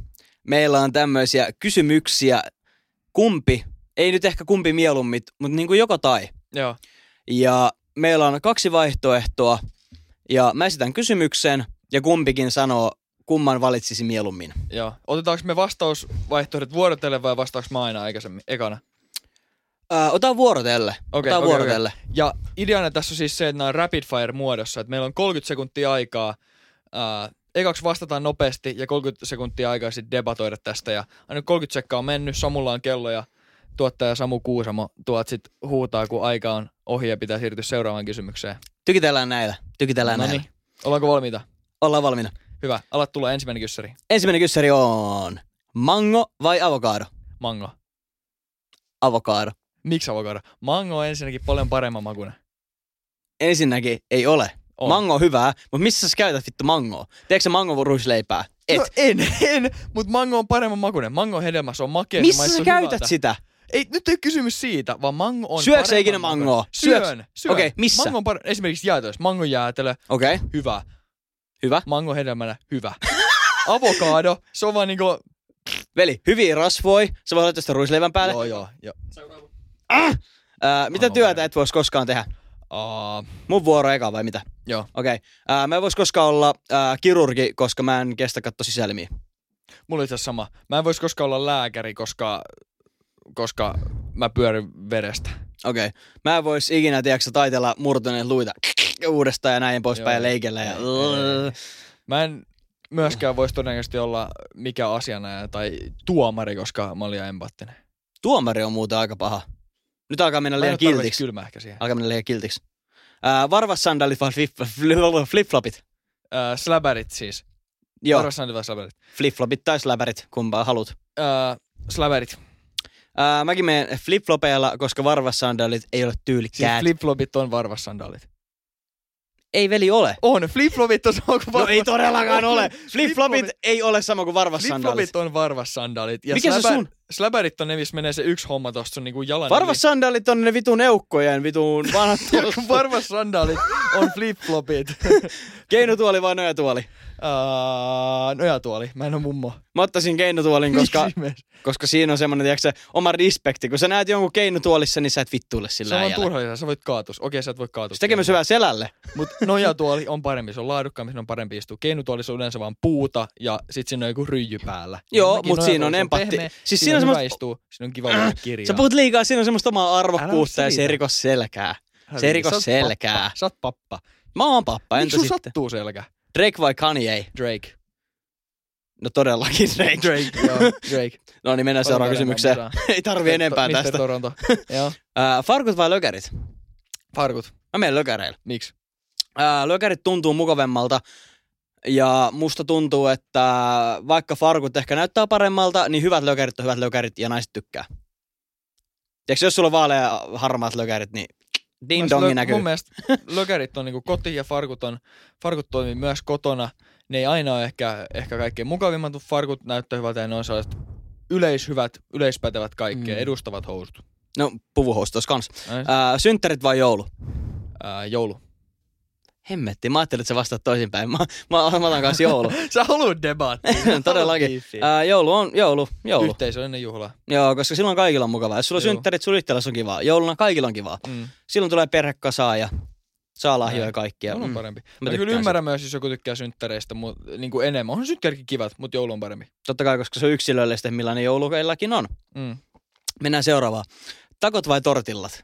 meillä on tämmöisiä kysymyksiä. Kumpi, ei nyt ehkä kumpi mieluummin, mutta niin kuin joko tai.
Joo,
Ja meillä on kaksi vaihtoehtoa. Ja mä esitän kysymyksen ja kumpikin sanoo, kumman valitsisi mieluummin.
joo. Otetaanko me vastausvaihtoehdot vuorotellen vai vastaanko mä aina aikaisemmin, ekana?
Ää, ota vuorotelle.
Okei,
ota
okei,
vuorotelle.
Ja ideana tässä on siis se, että nämä on rapid fire muodossa, että meillä on 30 sekuntia aikaa. Ää, ekaksi vastataan nopeasti ja 30 sekuntia aikaa sitten debatoida tästä. Ja aina 30 sekkaa on mennyt, Samulla on kello ja tuottaja Samu Kuusamo tuot sit huutaa, kun aika on ohi ja pitää siirtyä seuraavaan kysymykseen.
Tykitellään näillä. Tykitellään
No
näillä.
niin, ollaanko valmiita?
Ollaan valmiina.
Hyvä, alat tulla ensimmäinen kyssäri.
Ensimmäinen kyssäri on mango vai avokaado?
Mango.
Avokaado.
Miksi avokado? Mango on ensinnäkin paljon paremman makuna.
Ensinnäkin ei ole.
On.
Mango on hyvää, mutta missä sä käytät vittu mangoa? Teekö sä mango ruisleipää? Et.
No en, en, mutta mango on paremman makunen. Mango on hedelmä, se on makea. No, se
missä
maistuu
sä
hyvältä.
käytät sitä?
Ei, nyt ei ole kysymys siitä, vaan mango on
Syöksä
paremman
ikinä
makuinen.
mangoa? Syöks-
Syön, syön.
Okei, missä?
Mango on par... esimerkiksi jäätelössä. Mangon jäätelö,
Okei, okay,
hyvä.
hyvä.
Mango hedelmänä, hyvä. Avokaado, se on vaan niinku...
Veli, hyviä rasvoi. Sä voit laittaa sitä ruisleivän päälle.
Joo, joo, joo.
Ää, mitä
Aivan
työtä
varmaan.
et voisi koskaan tehdä?
Uh,
Mun vuoro eka vai mitä?
Joo.
Okei. Okay. Mä en vois koskaan olla ää, kirurgi, koska mä en kestä katto sisälmiä.
mulla on itse asiassa sama. Mä en voisi koskaan olla lääkäri, koska, koska mä pyörin vedestä.
Okei. Okay. Mä en vois ikinä, tiedätkö, taitella murtuneen luita uudestaan ja näin poispäin
Joo.
ja leikellä. Ja...
Ei, ei, ei. Mä en myöskään voisi todennäköisesti olla mikä asianajaja tai tuomari, koska mä olin liian empaattinen.
Tuomari on muuten aika paha. Nyt alkaa mennä
Mä en
liian
ole tarpeeksi
kiltiksi.
kylmä ehkä siihen.
Alkaa mennä liian kiltiksi. Ää, varvas sandalit vai flip, flip, flip-flopit?
Äh, släbärit siis. Joo.
Joo,
Arvas sanoit vai släbärit.
flip-flopit tai släpärit, kumpaa haluat.
Äh, släbärit.
Ää, mäkin menen flip-flopeilla, koska varvassandalit ei ole
Siis
tyylikkäät.
flip-flopit on varvassandaalit.
ei veli ole.
On, flip-flopit on sama kuin
No ei
varvas-
todellakaan
On.
ole. Flip-flopit
Flip-flopit-
ei ole sama kuin varvassandaalit.
Flip-flopit on varvassandaalit. Ja
Mikä se sun?
Släbärit on ne, missä menee se yksi homma tosta sun niinku jalan.
Varvassandaalit on ne vitun eukkojen vitun vanhat
yli. Varvassandaalit on flip-flopit.
Keinotuoli vai nojatuoli?
uh, nojatuoli. Mä en oo mummo.
Mä ottaisin keinotuolin, koska,
Miksi ihmeessä?
koska siinä on semmoinen, tiedätkö, sä, oma respekti. Kun sä näet jonkun keinotuolissa, niin sä et vittuille
Se
sillä
on Niin, vaan
äijällä.
turhallista. Sä voit kaatua. Okei, sä et voi kaatua.
Se tekee myös hyvää selälle.
Mutta nojatuoli on parempi, se on laadukkaampi, se on parempi istua. Keinutuolissa on yleensä vaan puuta ja sit siinä on joku ryijy päällä. Niin
Joo,
Mäkin
mut siinä on
nojatuolissa
empatti.
pehmeä,
Siis
siinä on
semmoista- Äh,
hyvä istua, siinä on kiva lukea kirjaa.
Sä puhut liikaa, siinä on semmoista omaa arvokkuutta ja se ei
siitä.
rikos selkää.
Älä
se
viitsi,
rikos
sä oot
selkää. niin,
Pappa. Sä oot pappa.
Mä oon pappa, entä
Miksi sun
sitten?
sattuu selkä?
Drake vai Kanye?
Drake.
No todellakin Drake.
Drake, joo, Drake.
No niin, mennään seuraavaan kysymykseen. Ei tarvi enempää
Mr.
tästä.
Toronto. joo.
Ää, farkut Äh, vai lökärit?
Farkut.
Mä menen lökäreillä.
Miksi?
Ää, lökärit tuntuu mukavemmalta. Ja musta tuntuu, että vaikka farkut ehkä näyttää paremmalta, niin hyvät lökärit on hyvät lökärit ja naiset tykkää. Tiedätkö, jos sulla on vaalea ja harmaat lökärit, niin ding
Mun
dongi
mielestä lö-
näkyy.
Mun mielestä lökärit on niinku koti ja farkut, on, farkut toimii myös kotona. Ne ei aina ole ehkä, ehkä kaikkein mukavimmat, mutta farkut näyttää hyvältä ja ne on sellaiset yleishyvät, yleispätevät kaikkea,
Mm.
mm. edustavat housut.
No, puvuhoustos kans.
Äh,
Ää, synttärit vai joulu?
Ää, joulu.
Hemmetti, mä ajattelin, että sä vastaat toisinpäin. Mä, mä, mä otan kanssa joulu.
Sä haluat debattia.
Todellakin. Ää, joulu on joulu, joulu.
Yhteisöllinen juhla.
Joo, koska silloin kaikilla on mukavaa. Jos sulla on
Joo.
synttärit, sulla itsellesi on kivaa. Jouluna kaikilla on kivaa.
Mm.
Silloin tulee perhe kasaa ja saa lahjoja
Näin.
kaikkia.
Joulu on
Mm.
parempi.
Mä
Mä, kyllä
tykkään
ymmärrän myös, jos joku tykkää synttäreistä mut, niin kuin enemmän. On synttärikin kivat, mutta joulu on parempi.
Totta kai, koska se on yksilöllistä, millainen joulu keillakin on.
Mm.
Mennään seuraavaan. Takot vai tortillat?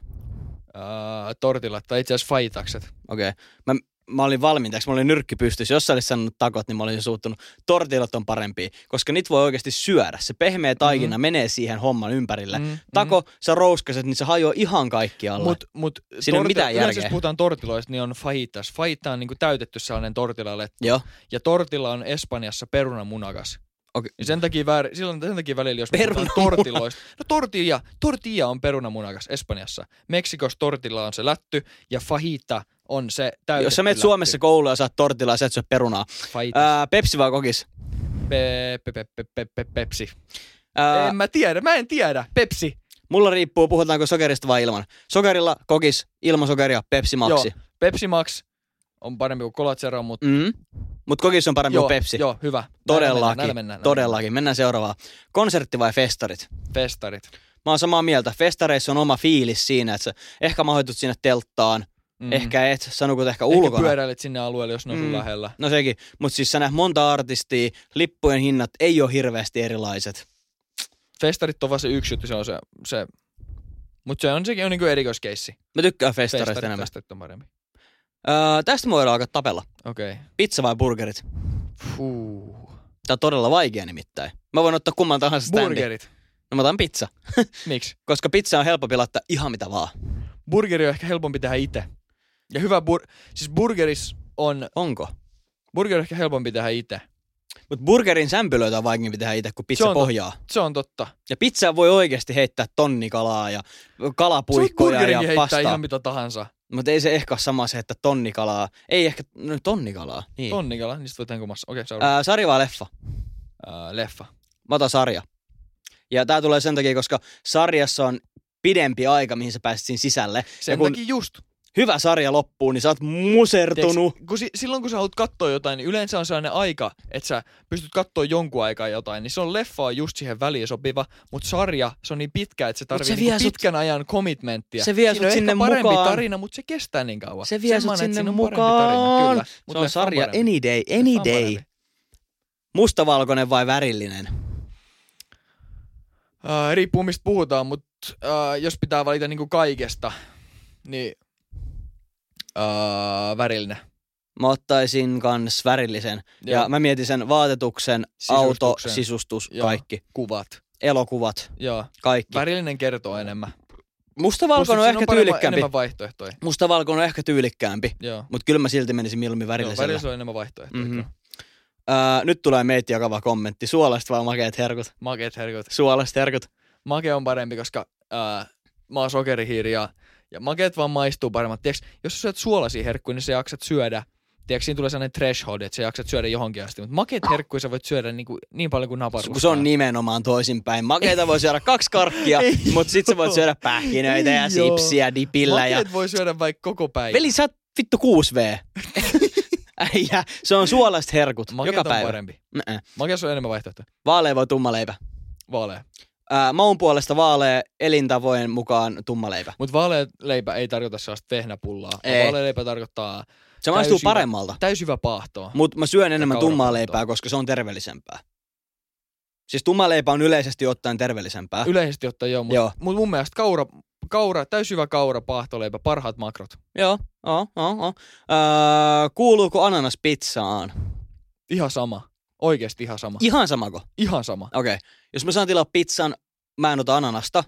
Ää, tortilat tai itse asiassa faitakset.
Okei. Okay. Mä, mä, olin valmiin, täks mä olin nyrkki pystyssä. Jos sä olisit sanonut takot, niin mä olisin suuttunut. Tortillat on parempia, koska niitä voi oikeasti syödä. Se pehmeä taikina mm-hmm. menee siihen homman ympärille. Mm-hmm.
Mhm. Mm,
Tako, sä rouskaset, niin se hajoaa ihan kaikkialle.
Mut, mut
Siinä ei ole mitään
yleensä
järkeä.
jos puhutaan tortiloista, niin on fajitas. Fajita on niinku täytetty sellainen tortilalle.
Joo.
Ja tortilla on Espanjassa perunamunakas.
Okei.
Ja sen takia, väär, silloin, sen takia välillä, jos puhutaan
Perunamunakas.
tortiloista. No tortilla, tortilla on perunamunakas Espanjassa. Meksikossa tortilla on se lätty ja fajita on se täytetty
Jos sä menet
lätty.
Suomessa kouluun ja saat tortilaa, sä et syö perunaa.
Fajitas.
Ää, Pepsi vai kokis?
Pe- pe- pe- pe- pe- pe- Pepsi.
Ää,
En mä tiedä, mä en tiedä. Pepsi.
Mulla riippuu, puhutaanko sokerista vai ilman. Sokerilla kokis, ilman sokeria, Pepsi Maxi.
Pepsi Max on parempi kuin Cola Zero, mutta
Mm. Mut kokis on parempi kuin Pepsi.
joo, hyvä. Näillä
Todellakin,
mennään, näillä mennään, näillä
Todellakin. Mennään seuraavaan. Konsertti vai festarit?
mennään. Festarit.
Mä oon samaa mieltä. Festareissa on oma fiilis siinä, että sä ehkä mahoitut sinne telttaan,
Mm.
mm. ehkä et, sanokut ehkä
Ehkä
ulkona.
pyöräilet sinne alueelle, jos ne on sun
Mm.
lähellä.
no sekin. Mut siis sä näet monta artistia, lippujen hinnat ei ole hirveästi erilaiset.
Festarit on vaan se yksi juttu, se on se... se. Mutta se on sekin on niinku erikoiskeissi.
Mä tykkään festareista
Festarit,
enemmän.
festarit on parempi.
Öö, tästä me voidaan alkaa tapella.
Okei. Okay.
Pizza vai burgerit?
Fuh.
Tää on todella vaikea nimittäin. Mä voin ottaa kumman tahansa standin.
Burgerit.
No mä otan pizza.
Miksi?
koska pizza on helppo pilata ihan mitä vaan.
Burgeri on ehkä helpompi tehdä itse. Ja hyvä bur... Siis burgeris on...
Onko?
Burgeri on ehkä helpompi tehdä itse.
Mutta burgerin sämpylöitä on vaikeampi tehdä itse kuin
Se
pizza
on totta.
pohjaa.
Se on totta.
Ja pizzaa voi oikeasti heittää tonnikalaa ja kalapuikkoja
burgerinkin
ja
heittää
pastaa.
ihan mitä tahansa.
Mutta ei se ehkä ole sama se, että tonnikalaa. Ei ehkä, no tonnikalaa. Niin. On.
Tonnikala, niistä voi tehdä kummassa. Okei, seuraava.
Ää, sarja vai leffa?
Ää, leffa.
Mä otan sarja. Ja tää tulee sen takia, koska sarjassa on pidempi aika, mihin sä pääset siinä sisälle.
Sen
kun-
kun... takia just.
Hyvä sarja loppuu, niin sä oot musertunut.
Tiiäks, kun si- silloin kun sä haluat katsoa jotain, niin yleensä on sellainen aika, että sä pystyt katsoa jonkun aikaa jotain, niin se on leffaa just siihen väliin sopiva, mutta sarja, se on niin pitkä, että se tarvii
se
se
vie
niinku
sut-
pitkän ajan commitmenttia.
se vie
Siinä
sut
on
sinne
ehkä parempi
mukaan.
tarina, mutta se kestää niin kauan.
Se vie
Sen mä
sut
annan, että
sinne
siinä on parempi tarina,
mukaan.
kyllä,
Se
mut
on
leffa
sarja
parempi.
any day,
Leffa
any
on
day.
parempi.
Mustavalkoinen vai värillinen?
Äh, riippuu mistä puhutaan, mutta äh, jos pitää valita niinku kaikesta, niin äh, värillinen.
mä ottaisin kans värillisen. Ja,
Joo.
ja mä mietin sen vaatetuksen,
Sisustuksen.
auto, sisustus,
Joo.
kaikki.
kuvat.
Elokuvat,
Joo.
kaikki.
Värillinen kertoo enemmän. Plus,
Mustavalkoinen
että
on
siinä
ehkä
paremmin-
tyylikkäämpi.
Enemmän vaihtoehtoja.
Mustavalkoinen on ehkä tyylikkäämpi,
Joo.
mutta kyllä mä silti menisin mieluummin
Joo,
värillisellä.
värillisellä on enemmän vaihtoehtoja.
Mhm.
Mm-hmm.
Ää, nyt tulee meitä jakava kommentti. Suolaiset vai makeet herkut?
Makeet herkut.
Suolaiset herkut.
Make on parempi, koska ää, mä oon sokerihiiri ja, ja makeet vaan maistuu paremmat. Tiiäks, jos sä syöt suolaisia herkkuja, niin sä jaksat syödä. Tiiäks, siinä tulee sellainen threshold, että sä jaksat syödä johonkin asti. Mutta makeet herkkuja sä voit syödä niin, kuin, niin paljon kuin naparustaa.
Kun se on niin nimenomaan toisinpäin. Makeita voi syödä kaksi karkkia,
Ei
mutta sit sä voit
joo.
syödä pähkinöitä ja
Ei joo.
sipsiä dipillä. Ja...
Makeet voi syödä vaikka koko päivä.
Veli, sä oot vittu 6V. Äijä, se on suolaiset herkut
makeet
joka
on
päivä.
parempi.
Mm-mm.
Makeet on enemmän vaihtoehtoja.
Vaalea vai tumma leipä?
Vaalea.
Ää, maun puolesta vaalea, elintavojen mukaan tumma leipä.
Mutta vaalea leipä ei tarkoita sellaista vehnäpullaa.
Ei.
Ei. Vaalea leipä tarkoittaa
Se maistuu
Täysin.
paremmalta,
täys hyvä paahtoa.
mutta mä syön enemmän tummaa
kaurapuuroa.
leipää, koska se on terveellisempää. Siis tumma leipä on yleisesti ottaen terveellisempää.
Yleisesti ottaen joo,
Joo.
mutta mut mun mielestä kaura, kaura, täys hyvä kaura, paahtoleipä, parhaat makrot.
Joo, joo, joo, joo. Öö, kuuluuko ananas pizzaan?
Ihan sama. Oikeasti ihan sama.
Ihan samako?
Ihan sama.
Okei. Okay. Jos mä saan tilaa pizzan, mä en ota ananasta,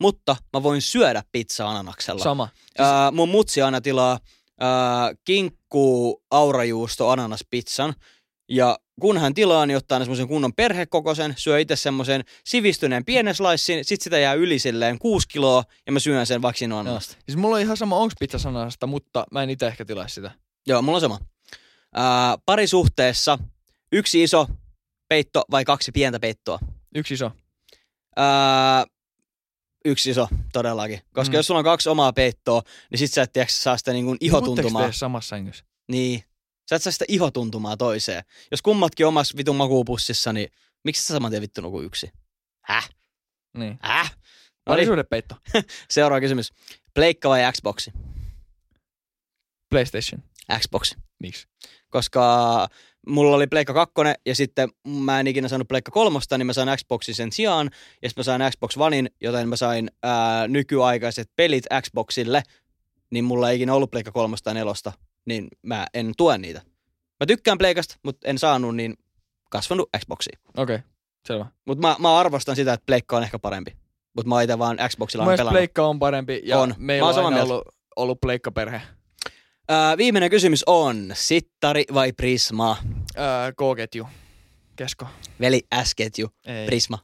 mutta mä voin syödä pizza ananaksella.
Sama.
öö, mun mutsi aina tilaa öö, kinkkuu, aurajuusto, ananaspizzan. Ja kun hän tilaa, niin ottaa aina semmoisen kunnon perhekokosen, syö itse semmoisen sivistyneen pienen slicein, sit sitä jää yli silleen kuusi kiloa, ja mä syön sen vaikka siinä on ananasta.
Siis mulla on ihan sama, onks pizza sanasta, mutta mä en itse ehkä tilaa sitä.
Joo, mulla on sama. Ää, parisuhteessa yksi iso peitto vai kaksi pientä peittoa?
Yksi iso.
Ää, yksi iso, todellakin. Koska
Mm. Niin,
jos sulla on kaksi omaa peittoa, niin sit sä et tiedä, saa sitä niinku
Puhutteko te
ihotuntumaa.
edes samassa sängyssä?
Niin. Sä et saa sitä ihotuntumaa toiseen. Jos kummatkin omassa vitun makuupussissa, niin miksi sä saman tien vittu nuku yksi? Häh?
Niin.
Häh? No niin,
Parisuudepeitto.
seuraava kysymys. Pleikka vai Xboxi?
PlayStation.
Xboxi.
Miksi?
koska mulla oli Pleikka 2 ja sitten mä en ikinä saanut Pleikka 3, niin mä sain Xboxin sen sijaan ja sitten mä sain Xbox Onein, joten mä sain ää, nykyaikaiset pelit Xboxille, niin mulla ei ikinä ollut Pleikka 3 tai 4, niin mä en tue niitä. Mä tykkään Pleikasta, mutta en saanut, niin kasvanut Xboxiin.
Okei, okay. selvä.
Mutta mä, mä, arvostan sitä, että Pleikka on ehkä parempi. Mutta mä oon ite vaan Xboxilla aina
Mun mielestä
pelannut.
pleikka on parempi ja
On.
on.
Mä
meillä
oon
on
samaa
aina
mieltä.
ollut, ollut pleikkaperhe.
Ää, viimeinen kysymys on, sittari vai Prisma?
Öö, K-ketju. Kesko.
Veli S-ketju,
Ei.
Prisma.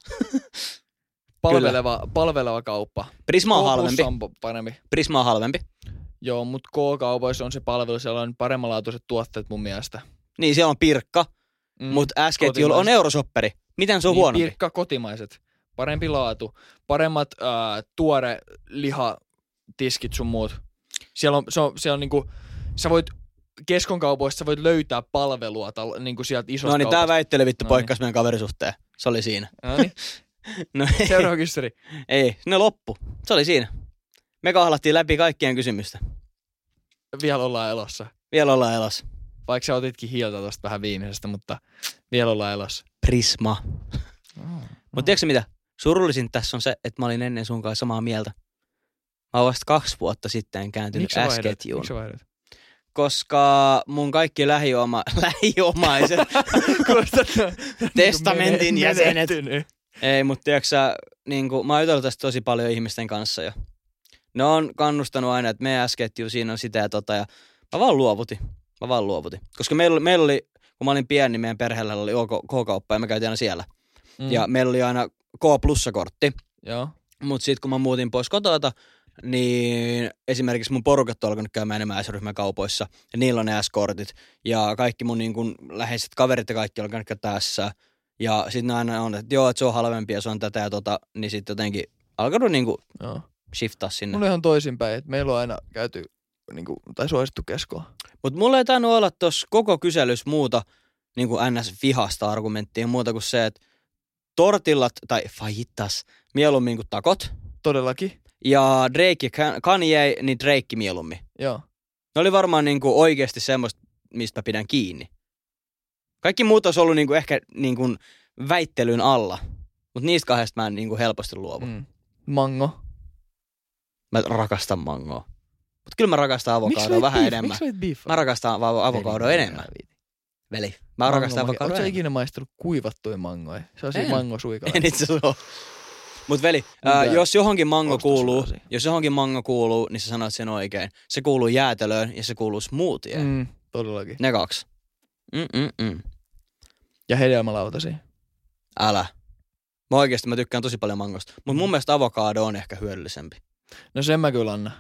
palveleva, palveleva kauppa.
Prisma on
K plus
halvempi.
Sampo parempi.
Prisma on halvempi.
Joo, mutta K-kaupoissa on se palvelu, siellä on paremmanlaatuiset tuotteet mun mielestä.
Niin, siellä on pirkka,
Mm.
mm, mutta S-ketjulla on
kotimaiset.
eurosopperi. Miten se on niin, huonompi?
Pirkka kotimaiset, parempi laatu, paremmat ää, tuore liha, tiskit sun muut. Siellä on, se on, siellä on niinku, sä voit keskon kaupoista sä voit löytää palvelua tal, niinku sieltä isosta
no niin, tää
kaupasta.
väittely vittu
No
poikkas meidän kaverisuhteen. Se oli siinä.
No niin,
No ei,
seuraava kysymys.
ei, ne loppu. Se oli siinä. Me kahlattiin läpi kaikkien kysymystä.
Vielä ollaan elossa.
Vielä ollaan elossa.
Vaikka sä otitkin hiiltä tosta vähän viimeisestä, mutta vielä ollaan elossa.
Prisma.
Mm.
Mutta tiedätkö mitä? Surullisin tässä on se, että mä olin ennen sun kanssa samaa mieltä. Mä oon vasta kaksi vuotta sitten kääntynyt
Miksi sä vaihdat?
S-ketjuun.
Miksi sä vaihdat?
Koska mun kaikki lähioma, lähiomaiset,
Kuulostat
Testamentin
niinku mene-
jäsenet.
menehtynyt.
Ei, mutta tiedätkö sä, niin kun, mä oon jutellut tästä tosi paljon ihmisten kanssa ja ne on kannustanut aina, että meidän äsketju siinä on sitä ja tota ja mä vaan luovutin. Mä vaan luovutin. Koska meillä, oli- meillä oli, kun mä olin pieni, niin meidän perheellä oli OK- K-kauppa ja me käytiin aina siellä.
Mm.
Ja meillä oli aina K-plussakortti.
Joo.
Mutta sitten kun mä muutin pois kotoa, niin esimerkiksi mun porukat on alkanut käymään enemmän S-ryhmän kaupoissa, ja niillä on ne S-kortit, ja kaikki mun niin kun, läheiset kaverit ja kaikki on alkanut käyttää S, ja sitten aina on, että joo, että se on halvempi ja se on tätä ja tota, niin sitten jotenkin alkanut niin kun,
Joo.
shiftaa sinne.
Mulla on ihan toisinpäin, että meillä on aina käyty niin kuin, tai suosittu keskoa.
Mutta mulla ei tainnut olla tuossa koko kyselys muuta niin kuin NS-vihasta argumenttia muuta kuin se, että tortillat tai fajitas mieluummin kuin takot,
Todellakin.
ja Drake ja Kan- Kanye, niin Drake mieluummin.
Joo.
Ne oli varmaan niinku oikeasti semmoista, mistä mä pidän kiinni. Kaikki muut olisi ollut niinku ehkä niinku väittelyn alla, mutta niistä kahdesta mä en niinku helposti luovu. Mm.
Mm. Mango.
Mä rakastan mangoa. Mutta kyllä mä rakastan avokadoa vähän
beef?
enemmän.
Miksi sä et beef?
Mä rakastan avo- avokadoa enemmän. Veli. Mä rakastan avokadoa
Oletko sä
enemmän.
ikinä maistanut kuivattuja mangoja? Se on
En.
siis mangosuikala.
En itse asiassa oo. Mut veli,
Mitä?
ää, jos johonkin mango
Ostas
kuuluu,
sullaasi.
jos johonkin mango kuuluu, niin sä sanoit sen oikein. Se kuuluu jäätelöön ja se kuuluu smoothieen. Mm.
Mm, todellakin.
Ne kaksi. Mm, Mm-mm-mm.
Ja hedelmälautasi.
Älä. Mä oikeesti mä tykkään tosi paljon mangosta. Mut mun mielestä avokaado on ehkä hyödyllisempi.
No sen mä kyllä annan.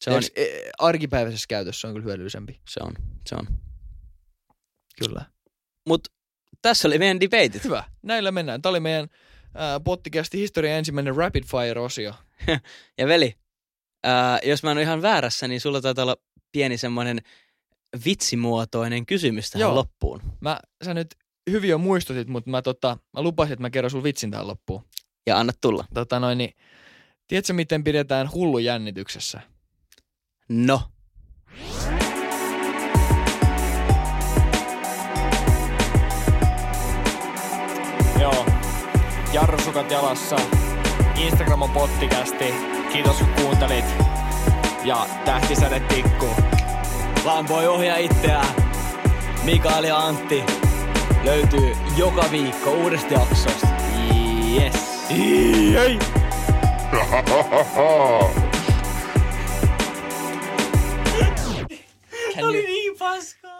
Se on,
Eks- e- Arkipäiväisessä käytössä on kyllä hyödyllisempi.
se on, se on.
Kyllä.
Mut tässä oli meidän debateit.
Hyvä. Näillä mennään. Tämä oli meidän äh, pottikästi historian ensimmäinen rapid fire-osio.
Ja veli, ää, jos mä en ole ihan väärässä, niin sulla taitaa olla pieni semmonen vitsimuotoinen kysymys tähän
Joo.
loppuun.
Mä, sä nyt hyvin jo muistutit, mutta mä, tota, mä lupasin, että mä kerron sun vitsin tähän loppuun.
Ja anna tulla.
Tota noin, niin, tiedätkö miten pidetään hullu jännityksessä?
No.
Joo. Jarrusukat jalassa. Instagram on pottikästi. Kiitos kun kuuntelit. Ja tähtisäde tikku.
Vaan voi ohjaa itseään. Mikael ja Antti löytyy joka viikko uudesta jaksosta. Yes.
Jei!
Can you,
niin paskaa.